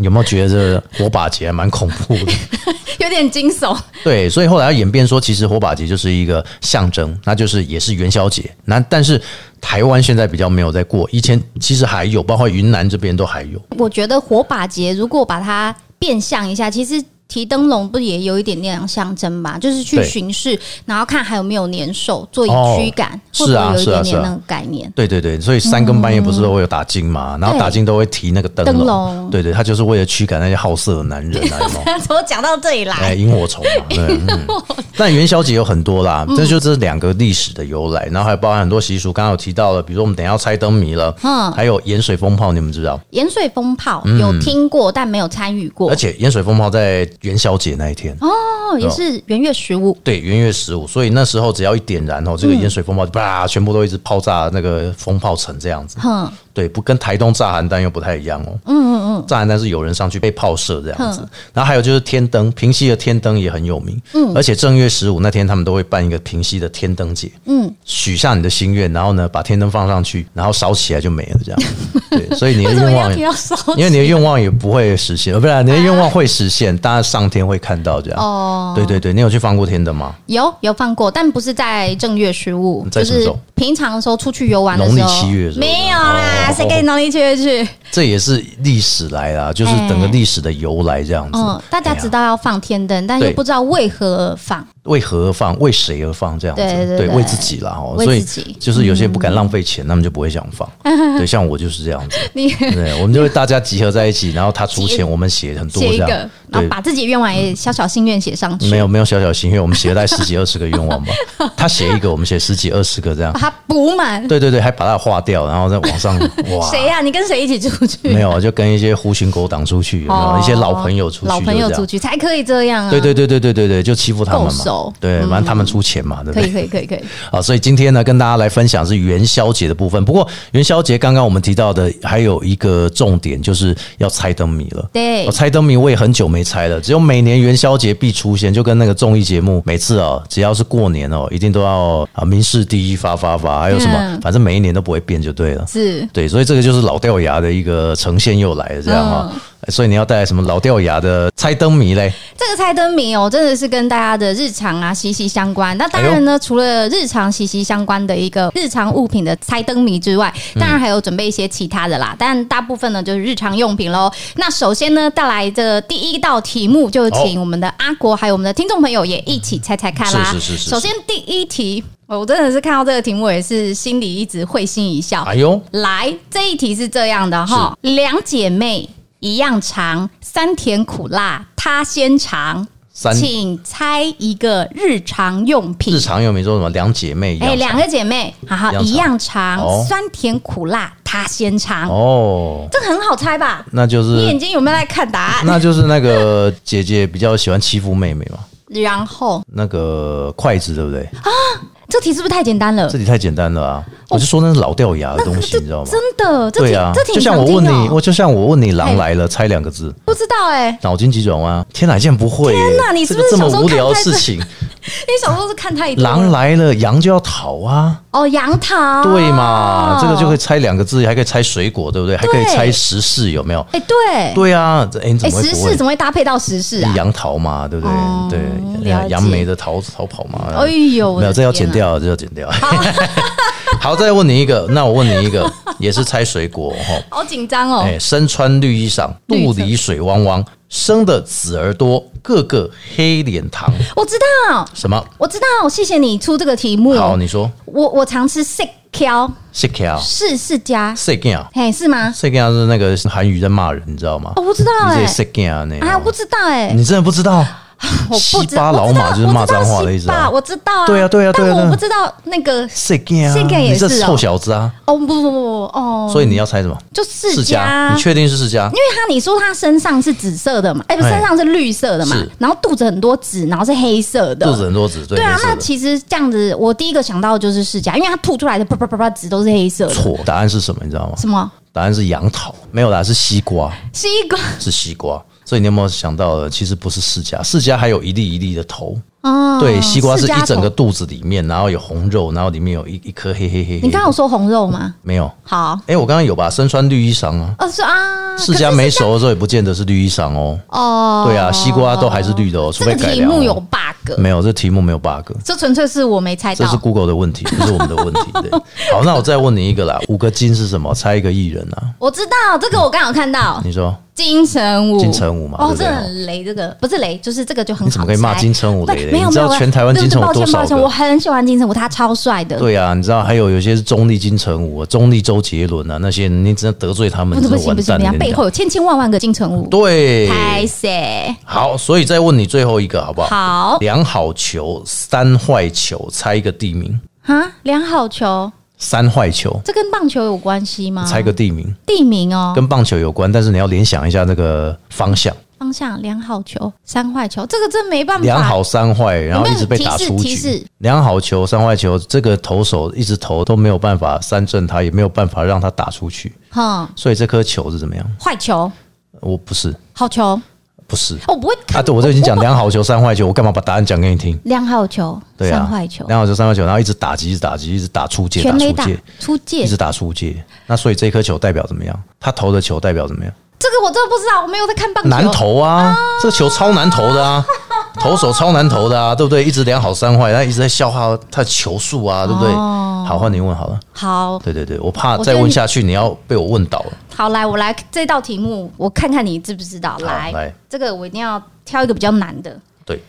Speaker 1: 有没有觉得这火把节还蛮恐怖的？
Speaker 3: <laughs>
Speaker 1: <laughs>
Speaker 3: 有点惊悚，
Speaker 1: 对，所以后来演变说，其实火把节就是一个象征，那就是也是元宵节。那但是台湾现在比较没有在过，以前其实还有，包括云南这边都还有。
Speaker 3: 我觉得火把节如果把它变相一下，其实提灯笼不也有一点那样象征吧？就是去
Speaker 1: 对
Speaker 3: 巡视，然后看还有没有年兽，做以
Speaker 1: 哦
Speaker 3: 驱赶，
Speaker 1: 是
Speaker 3: 会不
Speaker 1: 啊
Speaker 3: 会有一
Speaker 1: 是啊
Speaker 3: 点点
Speaker 1: 是啊
Speaker 3: 那个概念？ <laughs>
Speaker 1: 对对对，所以三更半夜不是都会有打金嘛，然后打金都会提那个灯笼。
Speaker 3: 灯笼
Speaker 1: 对对，他就是为了驱赶那些好色的男人啊，有没有
Speaker 3: 怎么讲到这里
Speaker 1: 哎，
Speaker 3: 来？
Speaker 1: 萤火虫嘛，对。嗯、但元宵节有很多啦，这就这两个历史的由来，然后还包含很多习俗。刚刚有提到了，比如说我们等一下要猜灯谜了，
Speaker 3: 嗯
Speaker 1: 还有盐水风炮，你们知道？
Speaker 3: 盐水风炮有听过，但没有参与
Speaker 1: 嗯
Speaker 3: 过
Speaker 1: 而。且盐水风炮在元宵节那一天，
Speaker 3: 哦，也是元月十五，
Speaker 1: 对，元月十五，所以那时候只要一点燃哦，这个盐水风炮就啪，全部都一直爆炸那个风炮城这样子。
Speaker 3: 哼，
Speaker 1: 对，不跟台东炸邯郸又不太一样哦。嗯嗯嗯，炸邯郸是有人上去被炮射这样子，然后还有就是天灯，平溪的天灯也很有名。嗯，而且正月十五那天他们都会办一个平溪的天灯节。嗯，许下你的心愿，然后呢把天灯放上去，然后烧起来就没了这
Speaker 3: <laughs>
Speaker 1: 样。对，所以你的
Speaker 3: 为什么
Speaker 1: 愿
Speaker 3: 要
Speaker 1: 望
Speaker 3: 提
Speaker 1: 也。
Speaker 3: 到烧纸？
Speaker 1: 因为你的愿望也不会实现，呃，不然你的愿望会实现，当然上天会看到这样。
Speaker 3: 哦
Speaker 1: 对对对，你有去放过天灯吗？
Speaker 3: 有有放过，但不是在正月十五，
Speaker 1: 嗯在
Speaker 3: 就
Speaker 1: 什么时
Speaker 3: 是
Speaker 1: 候
Speaker 3: 平常的时候出去游玩的时候，
Speaker 1: 农历七月是不是
Speaker 3: 没有啦，
Speaker 1: 哦
Speaker 3: 谁给你农历七月去？
Speaker 1: 这也是历史来啦，就是整个
Speaker 3: 哎
Speaker 1: 历史的由来这样子。
Speaker 3: 嗯，大家
Speaker 1: 哎呀
Speaker 3: 知道要放天灯，但又
Speaker 1: 对
Speaker 3: 不知道为何而放。 <laughs>
Speaker 1: 为何而放，为谁而放这样子，
Speaker 3: 对对对
Speaker 1: 为自己啦哦，
Speaker 3: 为
Speaker 1: 所以
Speaker 3: 自己嗯
Speaker 1: 就是有些不敢浪费钱，他们就不会想放。对，像我就是这样子，
Speaker 3: 你
Speaker 1: 对，我们就会大家集合在一起，然后他出
Speaker 3: 集 <laughs>
Speaker 1: 钱，我们写很多
Speaker 3: 写
Speaker 1: 这
Speaker 3: 一
Speaker 1: 样
Speaker 3: 个，，然后
Speaker 1: 对。
Speaker 3: 把自己的愿望也小小心愿写上去。
Speaker 1: 没有没有小小心愿，我们写了大概十几二十个愿望吧。 <laughs> 他写一个，我们写十几二十个这样
Speaker 3: <laughs> 把。它补满。
Speaker 1: 对对对，还把它划掉，然后再往
Speaker 3: <laughs>
Speaker 1: 上哇。
Speaker 3: 谁啊呀、你跟谁一起出去？
Speaker 1: 没有，就跟一些狐群狗党出去，有没有？一些老朋友出去，
Speaker 3: 哦老朋友
Speaker 1: 去。
Speaker 3: 出去才可以这样啊。
Speaker 1: 对对对对对对对，就欺负他们
Speaker 3: 够
Speaker 1: 嘛。
Speaker 3: 熟手。
Speaker 1: 对，
Speaker 3: 嗯
Speaker 1: 反正他们出钱嘛，对不
Speaker 3: 可以
Speaker 1: 对？
Speaker 3: 可以可以可以，
Speaker 1: 好，啊所以今天呢，跟大家来分享是元宵节的部分。不过元宵节刚刚我们提到的还有一个重点，就是要猜灯谜了。
Speaker 3: 对
Speaker 1: 我、猜灯谜我也很久没猜了，只有每年元宵节必出现，就跟那个综艺节目，每次哦，只要是过年哦，一定都要啊名士第一发发发，还有什么，
Speaker 3: 嗯
Speaker 1: 反正每一年都不会变就对了。
Speaker 3: 是
Speaker 1: 对，所以这个就是老掉牙的一个呈现又来了，这样
Speaker 3: 嗯
Speaker 1: 哈、所以你要带来什么老掉牙的猜灯谜嘞？
Speaker 3: 这个猜灯谜哦，真的是跟大家的日常啊息息相关。那当然
Speaker 1: 哎
Speaker 3: 呢，除了日常息息相关的一个日常物品的猜灯谜之外，
Speaker 1: 嗯
Speaker 3: 当然还有准备一些其他的啦。但大部分呢就是日常用品喽。那首先呢，带来的第一道题目，就请我们的阿国还有我们的听众朋友也一起猜猜看啦。
Speaker 1: 是是是是是
Speaker 3: 首先第一题，我真的是看到这个题目，我也是心里一直会心一笑。
Speaker 1: 哎呦，
Speaker 3: 来，这一题是这样的哈，两姐妹一样长，三甜苦辣她先尝，
Speaker 1: 三
Speaker 3: 请猜一个日常用品
Speaker 1: 日。常又没说什么两姐妹一样
Speaker 3: 哎，
Speaker 1: 长，
Speaker 3: 两个姐妹，好好
Speaker 1: 一
Speaker 3: 一
Speaker 1: 样
Speaker 3: 样尝，
Speaker 1: 哦
Speaker 3: 酸甜苦辣她先尝，
Speaker 1: 哦，
Speaker 3: 这个很好猜吧？
Speaker 1: 那就是
Speaker 3: 你眼睛有没有在看答案？
Speaker 1: <laughs> 那就是那个姐姐比较喜欢欺负妹妹嘛，
Speaker 3: 然后
Speaker 1: 那个筷子对不
Speaker 3: <laughs>
Speaker 1: 对？
Speaker 3: 这题是不是太简单了
Speaker 1: 这？里太简单了啊！我就说那是老掉牙的东西，
Speaker 3: 这
Speaker 1: 你知道吗？
Speaker 3: 哦真的，这
Speaker 1: 对
Speaker 3: 题、
Speaker 1: 啊
Speaker 3: 这，题
Speaker 1: 就像我
Speaker 3: 很常
Speaker 1: 问
Speaker 3: 见
Speaker 1: 你，
Speaker 3: 哦
Speaker 1: 我就像我问你“狼来了”，猜两个字，
Speaker 3: 不知道哎、
Speaker 1: 脑筋急转弯啊！天哪，你竟然不会耶！
Speaker 3: 天哪你是不是
Speaker 1: 这个这
Speaker 3: 小时
Speaker 1: 么
Speaker 3: 候
Speaker 1: 无聊的
Speaker 3: 看
Speaker 1: 事
Speaker 3: 太多
Speaker 1: 情？
Speaker 3: <laughs> 你小时候是看太多了
Speaker 1: 狼来了，羊就要逃啊！
Speaker 3: 哦，杨桃
Speaker 1: 对嘛？这个就可以猜两个字，还可以猜水果，对不对？还可以
Speaker 3: 对
Speaker 1: 猜时事，有没有？
Speaker 3: 哎、对
Speaker 1: 对啊，这哎，你怎
Speaker 3: 哎、
Speaker 1: 么会
Speaker 3: 时
Speaker 1: 不
Speaker 3: 事
Speaker 1: 会哎
Speaker 3: 怎？么会搭配到时事啊？
Speaker 1: 杨桃嘛，对不对？
Speaker 3: 哦了
Speaker 1: 对，
Speaker 3: 解
Speaker 1: 杨梅的逃逃跑嘛。
Speaker 3: 哎呦，我
Speaker 1: 没有，
Speaker 3: 的
Speaker 1: 这要
Speaker 3: 天
Speaker 1: 剪
Speaker 3: 啊。
Speaker 1: 掉，这要剪掉。 <laughs> 好，再问你一个，那我问你一个， <laughs> 也是猜水果哈。
Speaker 3: 好紧张哦！
Speaker 1: 哎、身穿绿衣裳，
Speaker 3: 绿
Speaker 1: 肚
Speaker 3: 色
Speaker 1: 里水汪汪，生的紫耳朵，个个黑脸糖。
Speaker 3: 我知道，
Speaker 1: 什么？
Speaker 3: 我知道，谢谢你出这个题目。哦
Speaker 1: 好，你说
Speaker 3: 我我常吃 sick 挑
Speaker 1: s i c k 啊
Speaker 3: 是是加，
Speaker 1: s i c k 啊
Speaker 3: 嘿是吗？
Speaker 1: s i c k 啊是那个韩语在骂人，你知道吗？
Speaker 3: 哦，不知道
Speaker 1: 你
Speaker 3: 哎
Speaker 1: 这 s i c k 啊那
Speaker 3: 啊，
Speaker 1: 种
Speaker 3: 不知道哎，
Speaker 1: 你真的不知道？
Speaker 3: <laughs> 我不知
Speaker 1: 西巴老马就是骂脏话的意思啊
Speaker 3: 我知道西巴我知道啊，
Speaker 1: 对啊对啊对啊
Speaker 3: 但
Speaker 1: 对啊
Speaker 3: 我不知道那个
Speaker 1: s i c k 啊，
Speaker 3: Sick 也
Speaker 1: 你这
Speaker 3: 是哦
Speaker 1: 臭小子啊！
Speaker 3: 哦不不不不哦，
Speaker 1: 所以你要猜什么？
Speaker 3: 就世
Speaker 1: 家，
Speaker 3: 家
Speaker 1: 你。确定是世家
Speaker 3: 因？为他你说他身上是紫色的嘛，哎、不
Speaker 1: 哎
Speaker 3: 身上是绿色的嘛
Speaker 1: 是，
Speaker 3: 然后肚子很多紫，然后是黑色的，
Speaker 1: 肚子很多子，对，
Speaker 3: 对啊
Speaker 1: 没，事
Speaker 3: 那
Speaker 1: 的
Speaker 3: 其实这样子，我第一个想到的就是释迦，因为它吐出来的啪啪啪啪籽都是黑色的。
Speaker 1: 错，答案是什么？你知道吗？
Speaker 3: 什么
Speaker 1: 答案是杨桃，没有啦，是西瓜，
Speaker 3: 西瓜？
Speaker 1: 是西瓜。所以你有没有想到了？其实不是释迦，释迦还有一粒一粒的头。
Speaker 3: 哦，
Speaker 1: 对，西瓜是
Speaker 3: 释迦
Speaker 1: 一整个
Speaker 3: 头。
Speaker 1: 肚子里面，然后有红肉，然后里面有一一颗黑黑黑黑。
Speaker 3: 你刚刚有说红肉吗？
Speaker 1: 没有？
Speaker 3: 好，
Speaker 1: 哎、我刚刚有吧？身穿绿衣裳啊，
Speaker 3: 哦是啊，
Speaker 1: 释迦没熟的时候也不见得是绿衣裳哦。
Speaker 3: 哦。
Speaker 1: 对啊，西瓜都还是绿的哦，除
Speaker 3: 这
Speaker 1: 非
Speaker 3: 个
Speaker 1: 改
Speaker 3: 题
Speaker 1: 良哦、
Speaker 3: 目有 bug，
Speaker 1: 没有？这题目没有 bug，
Speaker 3: 这纯粹是我没猜
Speaker 1: 这
Speaker 3: 到
Speaker 1: 是。Google 的问题，不是我们的问题。
Speaker 3: <laughs>
Speaker 1: 对，好，那我再问你一个啦，五个金是什么？猜一个艺人啊？
Speaker 3: 我知道这个，我刚好看到
Speaker 1: 你说
Speaker 3: 金城
Speaker 1: 嗯
Speaker 3: 武，
Speaker 1: 金城武嘛
Speaker 3: 哦，
Speaker 1: 对不
Speaker 3: 这
Speaker 1: 对
Speaker 3: 个很雷，这个不是雷，就是这个就很好猜。
Speaker 1: 你怎么可以骂金城武雷嘞
Speaker 3: 对没有
Speaker 1: 你知道
Speaker 3: 没有
Speaker 1: 全台湾
Speaker 3: 对嗯不
Speaker 1: 金
Speaker 3: 起
Speaker 1: 城武
Speaker 3: 抱歉
Speaker 1: 多少
Speaker 3: 抱歉
Speaker 1: 个
Speaker 3: 我很喜欢金城武，他超帅的。
Speaker 1: 对啊，你知道还有有些是中立金城武、啊、中立周杰伦啊那些，你真的得罪他们，
Speaker 3: 不是不
Speaker 1: 真的
Speaker 3: 行
Speaker 1: 完
Speaker 3: 不行，
Speaker 1: 蛋
Speaker 3: 人
Speaker 1: 了。跟
Speaker 3: 家
Speaker 1: 你
Speaker 3: 背
Speaker 1: 讲
Speaker 3: 后有千千万万个金城武。
Speaker 1: 对，
Speaker 3: 拍谁？
Speaker 1: 好，所以再问你最后一个好不好？
Speaker 3: 好
Speaker 1: 两好球，三坏球，猜一个地名。
Speaker 3: 啊，良好球，
Speaker 1: 三坏球，
Speaker 3: 这跟棒球有关系吗？
Speaker 1: 猜个地名，
Speaker 3: 地名啊哦，
Speaker 1: 跟棒球有关，但是你要联想一下那个方向。
Speaker 3: 方向良好球、三坏球，这个真没办法。
Speaker 1: 两好三坏，然后
Speaker 3: 有
Speaker 1: 一
Speaker 3: 没有
Speaker 1: 直被打
Speaker 3: 提示
Speaker 1: 出
Speaker 3: 提
Speaker 1: 局
Speaker 3: 示。
Speaker 1: 两好球，三坏球，这个投手一直投都没有办法三振他，也没有办法让他打出去，
Speaker 3: 哼，
Speaker 1: 所以这颗球是怎么样？
Speaker 3: 坏球、
Speaker 1: 我不是，
Speaker 3: 好球，
Speaker 1: 不是。
Speaker 3: 我不会看。
Speaker 1: 啊，对，我都已经讲
Speaker 3: 不会
Speaker 1: 两好球、三坏球，我干嘛把答案讲给你听？
Speaker 3: 良好球、
Speaker 1: 对啊，
Speaker 3: 三坏球、
Speaker 1: 两好球、三坏球，然后一直打击，一直打击，一直打出界，
Speaker 3: 全
Speaker 1: 打
Speaker 3: 垒
Speaker 1: 出
Speaker 3: 打
Speaker 1: 界，、
Speaker 3: 出界
Speaker 1: 一直，打出界。那所以这颗球代表怎么样？他投的球代表怎么样？
Speaker 3: 这个我真的不知道，我没有在
Speaker 1: <laughs>
Speaker 3: 看棒球。
Speaker 1: 难投啊，这个球超难投的
Speaker 3: <laughs>
Speaker 1: 啊，投手超难投的啊，对不对？一直两好三坏，他一直在消耗他的球速啊，对不对？
Speaker 3: 哦
Speaker 1: 好，换你问好了。
Speaker 3: 好
Speaker 1: 对对对，我怕
Speaker 3: 我
Speaker 1: 再
Speaker 3: 觉得
Speaker 1: 问
Speaker 3: 你
Speaker 1: 下去你要被我问倒了。
Speaker 3: 好来，我来这道题目，我看看你知不知道。来，
Speaker 1: 来
Speaker 3: 这个我一定要挑一个比较难的。
Speaker 1: 对，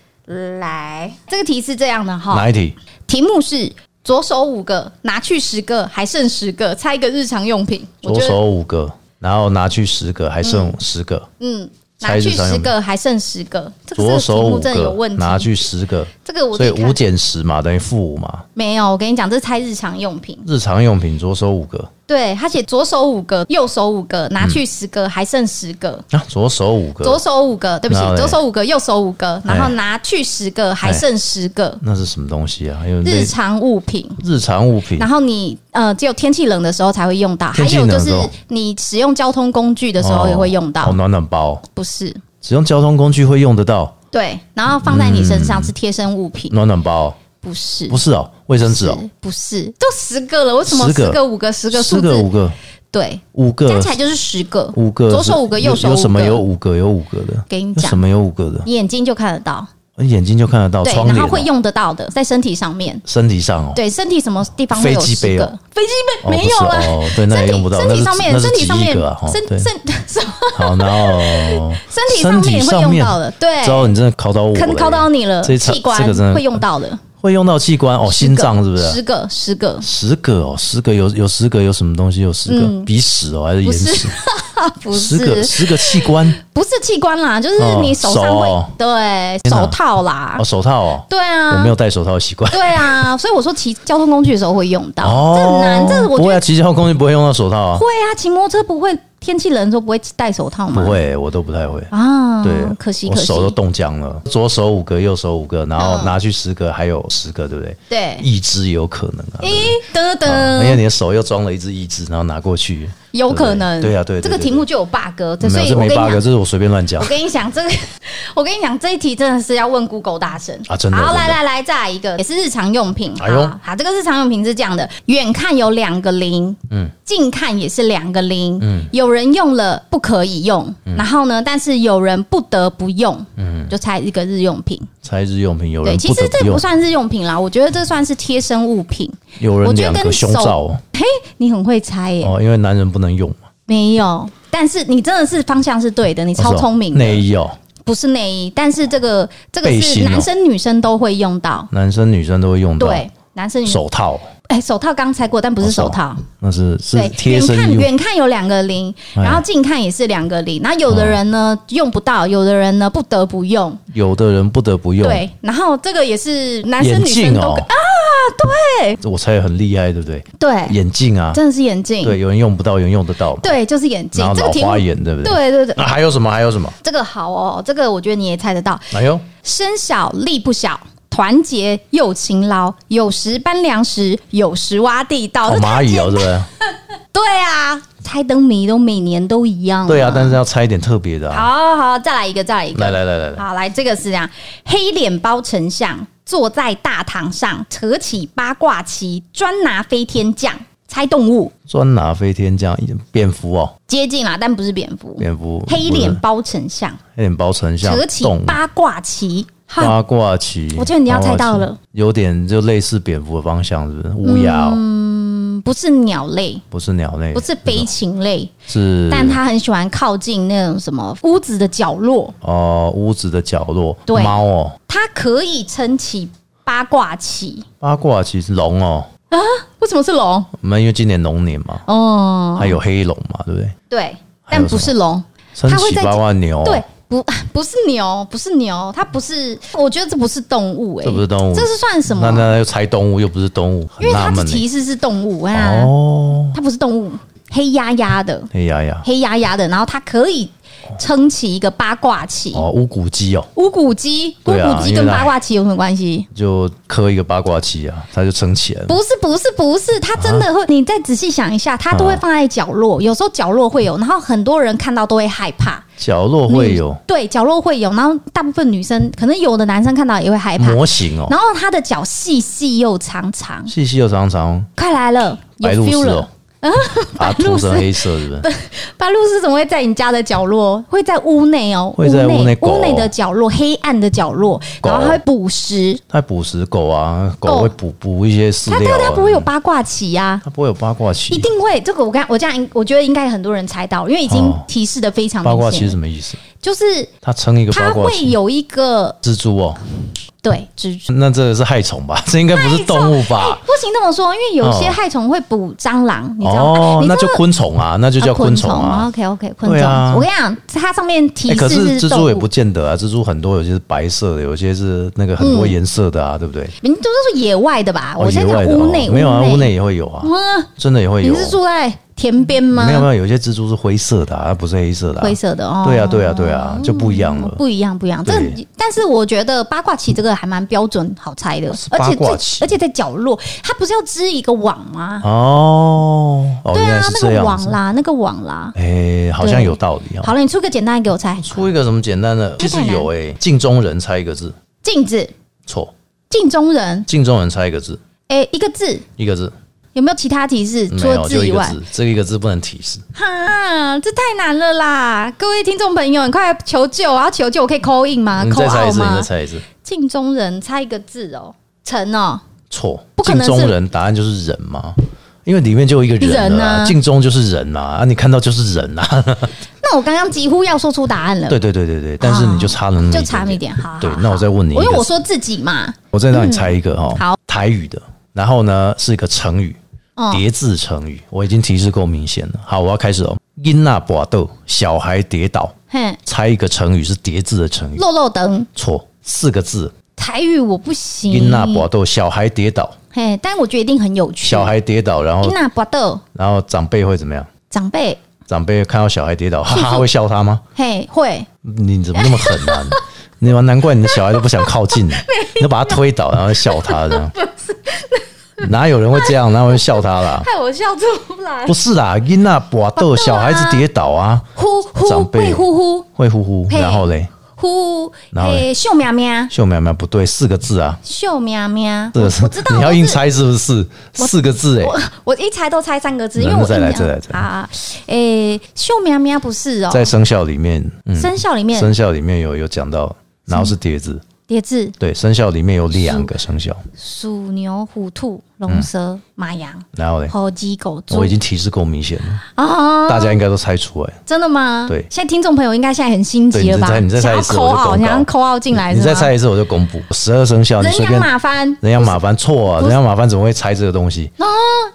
Speaker 3: 来，这个题是这样的哈，
Speaker 1: 哪一题？
Speaker 3: 题目是左手五个，拿去十个，还剩十个，猜一个日常用品。我
Speaker 1: 左
Speaker 3: 觉得，
Speaker 1: 手五个，然后拿去十个，还剩十个。
Speaker 3: 嗯，
Speaker 1: 猜
Speaker 3: 拿
Speaker 1: 日
Speaker 3: 去
Speaker 1: 常用
Speaker 3: 十
Speaker 1: 品
Speaker 3: 个，还剩十个，这个这
Speaker 1: 左
Speaker 3: 个题
Speaker 1: 手
Speaker 3: 目
Speaker 1: 五
Speaker 3: 真的有
Speaker 1: 个
Speaker 3: 问，题。
Speaker 1: 拿去十个，
Speaker 3: 这个
Speaker 1: 所
Speaker 3: 我自
Speaker 1: 以
Speaker 3: 己看
Speaker 1: 五减十嘛，等于负五嘛。
Speaker 3: 没有，我跟你讲，这是猜日常用品。
Speaker 1: 日常用品左手五个
Speaker 3: 对他写左手五个，右手五个，拿去十个，还剩十个。
Speaker 1: 啊，左手五个，
Speaker 3: 左手五个，对不起
Speaker 1: 那，嘞
Speaker 3: 左手五个，右手五个，然后
Speaker 1: 哎
Speaker 3: 拿去十个，还剩十个
Speaker 1: 那是什么东西啊？还有类
Speaker 3: 日常物品。
Speaker 1: 日常物品
Speaker 3: 然后你呃，只有天气冷的时候才会用到，还
Speaker 1: 天气
Speaker 3: 有
Speaker 1: 冷
Speaker 3: 就
Speaker 1: 的时
Speaker 3: 是
Speaker 1: 候
Speaker 3: 你使用交通工具的时候也会用
Speaker 1: 哦
Speaker 3: 到
Speaker 1: 哦，暖暖包，
Speaker 3: 不是？
Speaker 1: 使用交通工具会用得到
Speaker 3: 对，然后放在你身上是贴身物品，
Speaker 1: 暖暖包，
Speaker 3: 不是？
Speaker 1: 嗯不是哦，卫生纸哦，
Speaker 3: 是不是，都十个了，为什么
Speaker 1: 十个
Speaker 3: 十个、五个、十个数
Speaker 1: 四个五
Speaker 3: 字？
Speaker 1: 个
Speaker 3: 对，
Speaker 1: 五
Speaker 3: 加
Speaker 1: 个
Speaker 3: 起来就是十个。
Speaker 1: 五个，
Speaker 3: 左手五个
Speaker 1: 有
Speaker 3: 右手
Speaker 1: 有什么
Speaker 3: 五个
Speaker 1: 有五个有五个的？
Speaker 3: 给你
Speaker 1: 有
Speaker 3: 讲
Speaker 1: 什么有五个的？哎
Speaker 3: 你眼睛就看得到，
Speaker 1: 眼睛就看得到，
Speaker 3: 对，
Speaker 1: 窗
Speaker 3: 然
Speaker 1: 帘
Speaker 3: 后
Speaker 1: 哦
Speaker 3: 会用得到的，在身体上面，
Speaker 1: 身体上哦，
Speaker 3: 对，身体什么地方会有
Speaker 1: 飞机
Speaker 3: 十
Speaker 1: 杯
Speaker 3: 个？
Speaker 1: 哦
Speaker 3: 飞机
Speaker 1: 哦
Speaker 3: 杯没有
Speaker 1: 不是
Speaker 3: 了。
Speaker 1: 哦，对，那
Speaker 3: 身
Speaker 1: 也用不
Speaker 3: 体
Speaker 1: 到，
Speaker 3: 身
Speaker 1: 那
Speaker 3: 体
Speaker 1: 是
Speaker 3: 上
Speaker 1: 那
Speaker 3: 面，
Speaker 1: 是
Speaker 3: 身体
Speaker 1: 几
Speaker 3: 上
Speaker 1: 亿
Speaker 3: 面
Speaker 1: 个啊，哦，
Speaker 3: 身
Speaker 1: 对
Speaker 3: 身 <laughs> 什么？
Speaker 1: 好，然后
Speaker 3: 身体上面也会用到的， <laughs> 对，
Speaker 1: 之后你真的考到我
Speaker 3: 可能
Speaker 1: 了，
Speaker 3: 考到你了，
Speaker 1: 这一场
Speaker 3: 器官
Speaker 1: 这个真的
Speaker 3: 会用到的，
Speaker 1: 会用到器官哦，
Speaker 3: 十个
Speaker 1: 心脏是不是
Speaker 3: 十？个，十个，
Speaker 1: 十个哦，十个有有十个有什么东西？有十个
Speaker 3: 嗯
Speaker 1: 鼻屎哦，还是
Speaker 3: 不
Speaker 1: 眼
Speaker 3: 是
Speaker 1: 屎？
Speaker 3: <laughs> 不
Speaker 1: 十个
Speaker 3: 是，
Speaker 1: 十个器官
Speaker 3: 不是器官啦，就是
Speaker 1: 哦
Speaker 3: 你手上会
Speaker 1: 手哦
Speaker 3: 对
Speaker 1: 天哪
Speaker 3: 手套啦
Speaker 1: 哦，，手套哦，
Speaker 3: 对
Speaker 1: 我
Speaker 3: 啊
Speaker 1: 没，有戴手套的习惯
Speaker 3: 对啊，所以我说骑交通工具的时候会用到，
Speaker 1: 哦。
Speaker 3: 这很难，这我
Speaker 1: 不
Speaker 3: 觉
Speaker 1: 会啊，
Speaker 3: 得
Speaker 1: 骑交通工具不会用到手套啊
Speaker 3: 会，啊，骑摩托车不会，天气冷的时候不会戴手套吗？
Speaker 1: 不会，我都不太会。
Speaker 3: 啊，
Speaker 1: 对，
Speaker 3: 可惜
Speaker 1: 我
Speaker 3: 可惜嗯
Speaker 1: 手，都冻僵了，左手五个，右手五个，然后拿去十个，还有十个，对不对？
Speaker 3: 对，哎
Speaker 1: 一只也有可能啊，
Speaker 3: 咦，等
Speaker 1: 啊因为
Speaker 3: 等，
Speaker 1: 你的手又装了一只一只，然后拿过去，
Speaker 3: 有可能，
Speaker 1: 对啊对对
Speaker 3: 这个
Speaker 1: 对
Speaker 3: 题目就有 bug，这所
Speaker 1: 没有
Speaker 3: 以
Speaker 1: 这
Speaker 3: 我跟
Speaker 1: 没
Speaker 3: 你
Speaker 1: bug，
Speaker 3: 讲
Speaker 1: 这。是我随便乱讲
Speaker 3: 我。跟你讲，这个我跟你讲，这一题真的是要问 Google 大神
Speaker 1: 啊真的真
Speaker 3: 好，
Speaker 1: 的
Speaker 3: 来来来，再来一个，也是日常用品。
Speaker 1: 哎呦
Speaker 3: 好，好，这个日常用品是这样的：远看有两个零，嗯，近看也是两个零，嗯，有人用了不可以用，
Speaker 1: 嗯
Speaker 3: 然后呢，但是有人不得不用，嗯，就猜一个日用品。
Speaker 1: 猜日用品，有
Speaker 3: 对，
Speaker 1: 人
Speaker 3: 其
Speaker 1: 不
Speaker 3: 实
Speaker 1: 得
Speaker 3: 这
Speaker 1: 不
Speaker 3: 不
Speaker 1: 用，
Speaker 3: 算日用品啦，我觉得这算是贴身物品。
Speaker 1: 有人
Speaker 3: 我觉得
Speaker 1: 两个
Speaker 3: 跟
Speaker 1: 胸
Speaker 3: 手
Speaker 1: 罩哦
Speaker 3: 你很会猜耶、
Speaker 1: 哦，因为男人不能用嘛，
Speaker 3: 没有。但是你真的是方向是对的，你
Speaker 1: 哦
Speaker 3: 超
Speaker 1: 是哦
Speaker 3: 聪明的。
Speaker 1: 内衣哦，
Speaker 3: 不是内衣，但是这个这个
Speaker 1: 背
Speaker 3: 是
Speaker 1: 心哦
Speaker 3: 男生女生都会用到，
Speaker 1: 男生女生都会用到，
Speaker 3: 对，男生女生
Speaker 1: 手套
Speaker 3: 哎、手套刚拆过，但不是
Speaker 1: 哦手
Speaker 3: 手套，
Speaker 1: 那是是
Speaker 3: 对，
Speaker 1: 贴
Speaker 3: 远
Speaker 1: 身
Speaker 3: 看
Speaker 1: 用，
Speaker 3: 远看有两个零，
Speaker 1: 哎嗯
Speaker 3: 然后近看也是两个零，然后有的人呢、用不到，有的人呢不得不用，
Speaker 1: 有的人不得不用，
Speaker 3: 对，然后这个也是男生
Speaker 1: 眼
Speaker 3: 女生
Speaker 1: 镜
Speaker 3: 都
Speaker 1: 哦
Speaker 3: 可、
Speaker 1: 啊，对，这我猜很厉害，对不对？
Speaker 3: 对，
Speaker 1: 眼镜啊，
Speaker 3: 真的是眼镜，
Speaker 1: 对，有人用不到，有人用得到嘛，
Speaker 3: 哎对就是眼镜
Speaker 1: 然后，
Speaker 3: 这个
Speaker 1: 老
Speaker 3: 题目
Speaker 1: 花，眼，对不对？
Speaker 3: 对对对，
Speaker 1: 那还有什么？还有什么？
Speaker 3: 这个好哦，这个我觉得你也猜得到，
Speaker 1: 哎呦，
Speaker 3: 身小力不小，团结又勤劳，有时搬粮食，有时挖地道。
Speaker 1: 哦，
Speaker 3: 这
Speaker 1: 蚂蚁哦，是不是？
Speaker 3: 对啊，猜灯谜都每年都一样。
Speaker 1: 对啊，但是要猜一点特别的啊。
Speaker 3: 好好，再来一个，再来一个。
Speaker 1: 来来来来来，
Speaker 3: 好，来这个是这样：黑脸包丞相坐在大堂上，扯起八卦旗，专拿飞天将，猜动物，
Speaker 1: 专拿飞天将，蝙蝠哦，
Speaker 3: 接近啦，但不是蝙蝠。
Speaker 1: 蝙蝠，
Speaker 3: 黑
Speaker 1: 不是
Speaker 3: 脸包丞相
Speaker 1: 黑脸包丞相
Speaker 3: 扯，起
Speaker 1: 动物
Speaker 3: 八卦旗，哈，
Speaker 1: 八卦旗。
Speaker 3: 我觉得你要猜到了
Speaker 1: 八卦旗，有点就类似蝙蝠的方向，是不是？乌鸦哦，
Speaker 3: 嗯不是鸟类，
Speaker 1: 不是鸟类，
Speaker 3: 不是飞禽类，
Speaker 1: 是
Speaker 3: 但他很喜欢靠近那种什么屋子的角落，
Speaker 1: 哦屋子的角落，
Speaker 3: 对
Speaker 1: 猫哦，
Speaker 3: 他可以撑起八卦旗。
Speaker 1: 八卦旗是龙哦，
Speaker 3: 为什么是龙？
Speaker 1: 我们因为今年龙年嘛，
Speaker 3: 哦，
Speaker 1: 还有黑龙嘛，对不对？
Speaker 3: 对，
Speaker 1: 还有
Speaker 3: 但不是龙，
Speaker 1: 撑
Speaker 3: 它会
Speaker 1: 起
Speaker 3: 在
Speaker 1: 八卦牛，哦
Speaker 3: 对，，不啊不是牛，不是牛，它不是，我觉得这不是动物、哎，
Speaker 1: 这不是动物
Speaker 3: 这是算什
Speaker 1: 那
Speaker 3: 么？
Speaker 1: 那又猜动物又不是动物，很
Speaker 3: 因为
Speaker 1: 纳
Speaker 3: 它的
Speaker 1: 闷呢。
Speaker 3: 提示是动物啊，
Speaker 1: 欸哦，
Speaker 3: 它不是动物，黑压压的，
Speaker 1: 哎呀呀，
Speaker 3: 黑压压的，然后它可以撑起一个八卦旗。
Speaker 1: 哦乌骨鸡哦，
Speaker 3: 乌骨鸡，乌
Speaker 1: 对啊
Speaker 3: 骨鸡
Speaker 1: 因为
Speaker 3: 跟
Speaker 1: 它
Speaker 3: 八卦旗有什么关系？
Speaker 1: 就磕一个八卦旗啊，它就撑起来了。
Speaker 3: 不是不是不是，它真的会，
Speaker 1: 啊
Speaker 3: 你再仔细想一下，它都会放在角落，有时候角落会有，然后很多人看到都会害怕。
Speaker 1: 角落会有
Speaker 3: 女对角落会有，然后大部分女生可能有的男生看到也会害怕。
Speaker 1: 模型哦，
Speaker 3: 然后它的脚细细又长长，
Speaker 1: 细细又长长，
Speaker 3: 快来了，有
Speaker 1: 白鹭
Speaker 3: feel
Speaker 1: 鸶哦
Speaker 3: 了。，
Speaker 1: <laughs> 把它
Speaker 3: 白鹭
Speaker 1: 涂成
Speaker 3: 鸶
Speaker 1: 黑色
Speaker 3: <laughs>
Speaker 1: 是不是？
Speaker 3: 白鹭鸶怎么会在你家的角落？会在屋内哦，
Speaker 1: 会在屋
Speaker 3: 屋
Speaker 1: 内
Speaker 3: 内
Speaker 1: 狗
Speaker 3: 屋内的角落，黑暗的角落，
Speaker 1: 狗
Speaker 3: 然后它会捕食。
Speaker 1: 它捕食狗啊，狗
Speaker 3: 狗
Speaker 1: 会捕捕一些饲
Speaker 3: 它
Speaker 1: 料
Speaker 3: 它
Speaker 1: 啊。
Speaker 3: 它不会有八卦旗呀、
Speaker 1: 它不会有八卦旗
Speaker 3: 一，定会。这个我刚我这样，我觉得应该很多人猜到，因为已经
Speaker 1: 哦
Speaker 3: 提示的非常明
Speaker 1: 八
Speaker 3: 显了。
Speaker 1: 卦旗是什么意思？
Speaker 3: 就是
Speaker 1: 它撑一个包
Speaker 3: 它
Speaker 1: 过
Speaker 3: 会
Speaker 1: 去。
Speaker 3: 有一个
Speaker 1: 蜘蛛哦，
Speaker 3: 对蜘蛛。
Speaker 1: 那这个是害虫吧？ <laughs> 这应该不是动物吧？
Speaker 3: 不行这么说，因为有些
Speaker 1: 哦
Speaker 3: 害虫会捕蟑螂，哎你知道吗？
Speaker 1: 哦，
Speaker 3: 你
Speaker 1: 那
Speaker 3: 知
Speaker 1: 就
Speaker 3: 道
Speaker 1: 昆虫啊，那就叫昆虫啊。
Speaker 3: OK OK，昆哦
Speaker 1: 对
Speaker 3: 虫。
Speaker 1: 啊
Speaker 3: 我跟你讲，它上面提
Speaker 1: 哎，可
Speaker 3: 示
Speaker 1: 是蜘
Speaker 3: 动物。
Speaker 1: 蛛也不见得啊，蜘蛛很多有些是白色的，有些是那个很多颜色的啊，对不对？
Speaker 3: 你就是说野外的吧？
Speaker 1: 哦
Speaker 3: 嗯我现在
Speaker 1: 野
Speaker 3: 讲
Speaker 1: 外的
Speaker 3: 屋
Speaker 1: 哦
Speaker 3: 内，
Speaker 1: 没有啊，屋内。也会有啊，
Speaker 3: 嗯，
Speaker 1: 真的也会有啊
Speaker 3: 你。是住在田边吗？
Speaker 1: 没有没有，有些蜘蛛是灰色的啊，它不是黑色的啊。
Speaker 3: 灰色的哦。
Speaker 1: 对啊对啊对啊，就不一样
Speaker 3: 哦
Speaker 1: 了。
Speaker 3: 不一样，不一样。这
Speaker 1: 对
Speaker 3: 但是我觉得八卦棋这个还蛮标准，好猜的，而
Speaker 1: 八
Speaker 3: 且
Speaker 1: 卦
Speaker 3: 这
Speaker 1: 棋
Speaker 3: 而且在角落，它不是要织一个网吗？
Speaker 1: 哦，哦，
Speaker 3: 对
Speaker 1: 原来
Speaker 3: 啊
Speaker 1: 是，
Speaker 3: 那
Speaker 1: 这
Speaker 3: 个
Speaker 1: 样
Speaker 3: 网
Speaker 1: 子。
Speaker 3: 啦，那个网啦。
Speaker 1: 哎，好像
Speaker 3: 对
Speaker 1: 有道理啊。
Speaker 3: 好了，你出个简单的给我猜，
Speaker 1: 出一个什么简单的？其实有哎，镜中人猜一个字，
Speaker 3: 镜子，
Speaker 1: 错。
Speaker 3: 镜中人，
Speaker 1: 镜中人猜一个字，
Speaker 3: 哎，一个字，
Speaker 1: 一个字
Speaker 3: 有没有其他提示？
Speaker 1: 没
Speaker 3: 除了
Speaker 1: 有，就
Speaker 3: 字
Speaker 1: 一
Speaker 3: 以
Speaker 1: 个
Speaker 3: 外，
Speaker 1: 字，这一个字不能提示。
Speaker 3: 哈，这太难了啦！各位听众朋友，你快求救啊！求救，我可以 call in 吗
Speaker 1: 你
Speaker 3: ？call
Speaker 1: 嗯再猜一
Speaker 3: out
Speaker 1: 次，你再
Speaker 3: 啊吗？
Speaker 1: 猜一次，
Speaker 3: 镜中人猜一个字哦，陈哦，
Speaker 1: 错。
Speaker 3: 不可
Speaker 1: 镜
Speaker 3: 能是
Speaker 1: 中人答案就是人嘛，因为里面就有一个人
Speaker 3: 人
Speaker 1: 了啊，
Speaker 3: 啊
Speaker 1: 镜中就是人呐，啊，你看到就是人啊。
Speaker 3: 那我刚刚几乎要说出答案了，
Speaker 1: 对，对对对对，但是你就差了那么
Speaker 3: 啊就
Speaker 1: 一
Speaker 3: 差那么一
Speaker 1: 点。
Speaker 3: 点，好好
Speaker 1: 对
Speaker 3: 好，
Speaker 1: 那我再问你一
Speaker 3: 因
Speaker 1: 个哦
Speaker 3: 为我说自己嘛，
Speaker 1: 我再让你猜一个哈、
Speaker 3: 嗯好
Speaker 1: 台语的，然后呢是一个成语，
Speaker 3: 嗯
Speaker 1: 叠字成语，我已经提示够明显了。好，我要开始哦。因那搏斗，小孩跌倒，
Speaker 3: 哼，
Speaker 1: 猜一个成语是叠字的成语，
Speaker 3: 肉肉等
Speaker 1: 错，四个字。
Speaker 3: 台语我不行，
Speaker 1: 因那搏斗，小孩跌倒，
Speaker 3: 嘿，但我觉得一定很有趣。
Speaker 1: 小孩跌倒，然
Speaker 3: 因
Speaker 1: 后
Speaker 3: 那搏斗
Speaker 1: 然后长辈会怎么样？
Speaker 3: 长辈，
Speaker 1: 长辈看到小孩跌倒，哈
Speaker 3: <laughs>
Speaker 1: 哈，会笑他吗？
Speaker 3: 嘿，会
Speaker 1: 你怎么那么狠啊？
Speaker 3: <laughs>
Speaker 1: 你难怪你的小孩都不想靠近你，你就把他推倒，然后笑他
Speaker 3: <laughs>
Speaker 1: 这样。哪有人会这样？哪有人笑他啦？
Speaker 3: 害我笑出来
Speaker 1: 不，是啦，因那搏斗，小孩子跌倒啊，
Speaker 3: 呼呼
Speaker 1: 长辈
Speaker 3: 会呼呼
Speaker 1: 会呼呼，
Speaker 3: 嘿
Speaker 1: 然后嘞，
Speaker 3: 呼，
Speaker 1: 然后嘞
Speaker 3: 嘿，秀喵喵。
Speaker 1: 秀苗苗不对，四个字啊，
Speaker 3: 秀喵喵，
Speaker 1: 这
Speaker 3: 我
Speaker 1: 个是
Speaker 3: 我知道，
Speaker 1: 你要
Speaker 3: 我
Speaker 1: 硬
Speaker 3: 是
Speaker 1: 猜是不是？四个字哎，
Speaker 3: 我 <laughs> 我一猜都猜三个字，因
Speaker 1: 那
Speaker 3: 为我
Speaker 1: 再来
Speaker 3: 印象
Speaker 1: 再来再来
Speaker 3: 啊，诶，秀喵喵不是哦，
Speaker 1: 在生肖里面，嗯，
Speaker 3: 生肖里面
Speaker 1: 生肖里面有有讲到，然后是叠字，
Speaker 3: 叠字
Speaker 1: 对，生肖里面有两个生肖，
Speaker 3: 鼠、牛、虎、兔、龙、蛇、马、羊、
Speaker 1: 然后嘞，
Speaker 3: 猴、鸡、狗、猪
Speaker 1: 嗯我已经提示够明显了，
Speaker 3: 啊，
Speaker 1: 大家应该都猜出来。
Speaker 3: 真的吗？
Speaker 1: 对
Speaker 3: 现在听众朋友应该现在很心急了吧？
Speaker 1: 对你再
Speaker 3: 想
Speaker 1: 猜你再猜一
Speaker 3: 要
Speaker 1: 次我就
Speaker 3: 扣奥，
Speaker 1: 公告
Speaker 3: 想要扣奥进来是
Speaker 1: 你
Speaker 3: 吗？
Speaker 1: 再猜一次，我就公布十二生肖，你
Speaker 3: 人
Speaker 1: 随
Speaker 3: 仰
Speaker 1: 便。
Speaker 3: 马翻，哦
Speaker 1: 人仰马翻错啊，
Speaker 3: 不
Speaker 1: 人仰
Speaker 3: 是
Speaker 1: 马翻怎么会猜这个东西？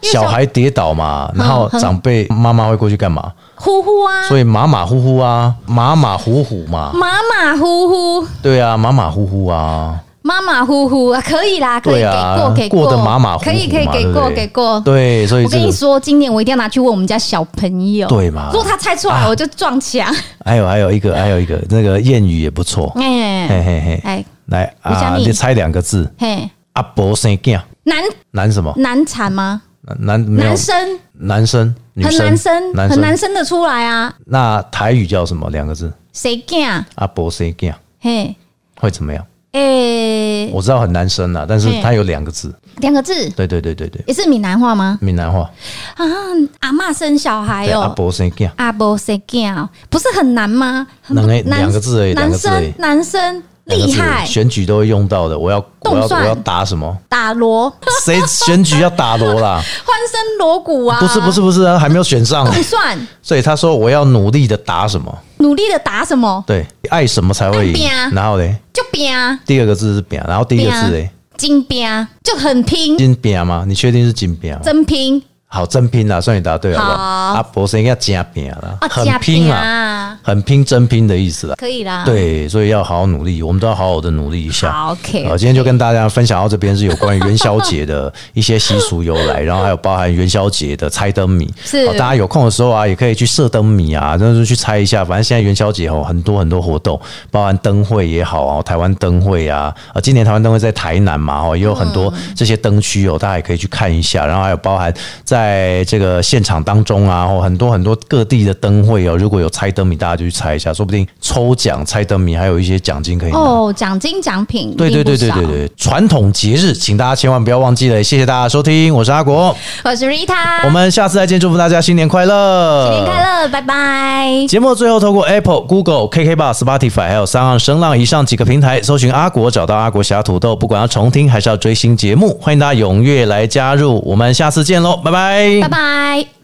Speaker 1: 小孩跌倒
Speaker 3: 嗯
Speaker 1: 嘛，然后长辈妈妈会过去干嘛？
Speaker 3: 呼呼啊，
Speaker 1: 所以马马虎虎啊，马马虎虎嘛，
Speaker 3: 马马虎虎，
Speaker 1: 对啊，马马虎虎啊，
Speaker 3: 马马虎虎啊，可以啦，可以
Speaker 1: 对
Speaker 3: 给
Speaker 1: 啊
Speaker 3: 过，给
Speaker 1: 过得马马虎虎
Speaker 3: 可
Speaker 1: 嘛，
Speaker 3: 以可以
Speaker 1: 对
Speaker 3: 给
Speaker 1: 不
Speaker 3: 过
Speaker 1: 对
Speaker 3: 给过，
Speaker 1: 对，所以
Speaker 3: 我
Speaker 1: 这
Speaker 3: 跟你
Speaker 1: 个
Speaker 3: 说，今年我一定要拿去问我们家小朋友，
Speaker 1: 对嘛啊
Speaker 3: 如果他猜出来，我就撞墙。
Speaker 1: 还有还有一个还有一个那个谚语也不错，嘿
Speaker 3: 哎
Speaker 1: 嘿嘿，
Speaker 3: 哎
Speaker 1: 来
Speaker 3: 我想
Speaker 1: 啊，
Speaker 3: 你
Speaker 1: 你猜两个字，
Speaker 3: 嘿，
Speaker 1: 阿伯生囝，
Speaker 3: 难
Speaker 1: 男什么？
Speaker 3: 难产吗？
Speaker 1: 男没有
Speaker 3: 嗯男生
Speaker 1: 男生，女
Speaker 3: 很
Speaker 1: 生
Speaker 3: 难生，
Speaker 1: 男
Speaker 3: 很难
Speaker 1: 生。
Speaker 3: 生的出来啊！
Speaker 1: 那台语叫什么？两个字，
Speaker 3: 谁干？
Speaker 1: 阿伯生囝
Speaker 3: 嘿，
Speaker 1: 会怎么样？
Speaker 3: 哎，
Speaker 1: 我知道很难生啊，但是
Speaker 3: 嘿
Speaker 1: 它有两个字，
Speaker 3: 两个字
Speaker 1: 对对对对对，
Speaker 3: 也是闽南话吗？
Speaker 1: 闽南话，
Speaker 3: 啊，阿嬷生小孩
Speaker 1: 对，阿
Speaker 3: 哦。
Speaker 1: 伯生囝，
Speaker 3: 阿伯谁干？不是很难吗？很不
Speaker 1: 两个
Speaker 3: 男
Speaker 1: 两个字而已两
Speaker 3: 男
Speaker 1: 个字而已
Speaker 3: 生男生
Speaker 1: 两个
Speaker 3: 厉
Speaker 1: 字
Speaker 3: 害，
Speaker 1: 选举都会用到的。我要我要
Speaker 3: 动算
Speaker 1: 我要打什么？
Speaker 3: 打锣
Speaker 1: 谁选举要打锣啦？
Speaker 3: 欢声锣鼓 <laughs> 啊！
Speaker 1: 不是
Speaker 3: <laughs>
Speaker 1: 不是，不是啊，还没有选上啊，
Speaker 3: 动算
Speaker 1: 所以他说我要努力的打什么？
Speaker 3: 努力的打什么？
Speaker 1: 对，爱什么才会
Speaker 3: 爱
Speaker 1: 赢
Speaker 3: 拼啊？
Speaker 1: 然后嘞，
Speaker 3: 就拼啊，
Speaker 1: 第二个字是扁，然后第一个字嘞，
Speaker 3: 金拼啊就很拼，
Speaker 1: 金扁吗？你确定是金扁吗？
Speaker 3: 真拼
Speaker 1: 好，真拼啦，算你答对好不好？
Speaker 3: 好
Speaker 1: 阿伯生要加扁啦，
Speaker 3: 啊，
Speaker 1: 很
Speaker 3: 真
Speaker 1: 拼啊，
Speaker 3: 啊，
Speaker 1: 很拼，真拼的意思啦。
Speaker 3: 可以啦。
Speaker 1: 对，所以要好好努力，我们都要好好的努力一下。
Speaker 3: 好，OK，
Speaker 1: 好，今天就跟大家分享到这边是有关于元宵节的一些习俗由
Speaker 3: <laughs>
Speaker 1: 来，然后还有包含元宵节的猜灯谜。
Speaker 3: 是
Speaker 1: 好大家有空的时候啊，也可以去射灯谜啊，那就去猜一下。反正现在元宵节哦，很多很多活动，包含灯会也好啊，台湾灯会啊，啊，今年台湾灯会在台南嘛，哦，也有很多
Speaker 3: 嗯
Speaker 1: 这些灯区哦，大家也可以去看一下。然后还有包含在这个现场当中啊，哦，很多很多各地的灯会哦，如果有猜灯谜，大家就去猜一下，说不定抽奖猜灯谜还有一些奖金可以拿。
Speaker 3: 哦，奖金奖品
Speaker 1: 啊对对
Speaker 3: 并不
Speaker 1: 对对对
Speaker 3: 少，
Speaker 1: 对，传统节日，请大家千万不要忘记了。谢谢大家收听，我是阿国，
Speaker 3: 我是 Rita，
Speaker 1: 我们呃下次再见，祝福大家新年快乐！
Speaker 3: 新年快！乐，拜拜。
Speaker 1: 节目最后，透过 Apple、Google、KK Bar、Spotify 还有三浪声浪以上几个平台搜寻阿国，找到阿国侠土豆。不管要重听还是要追新节目，欢迎大家踊跃来加入。我们下次见喽，拜拜，
Speaker 3: 拜拜。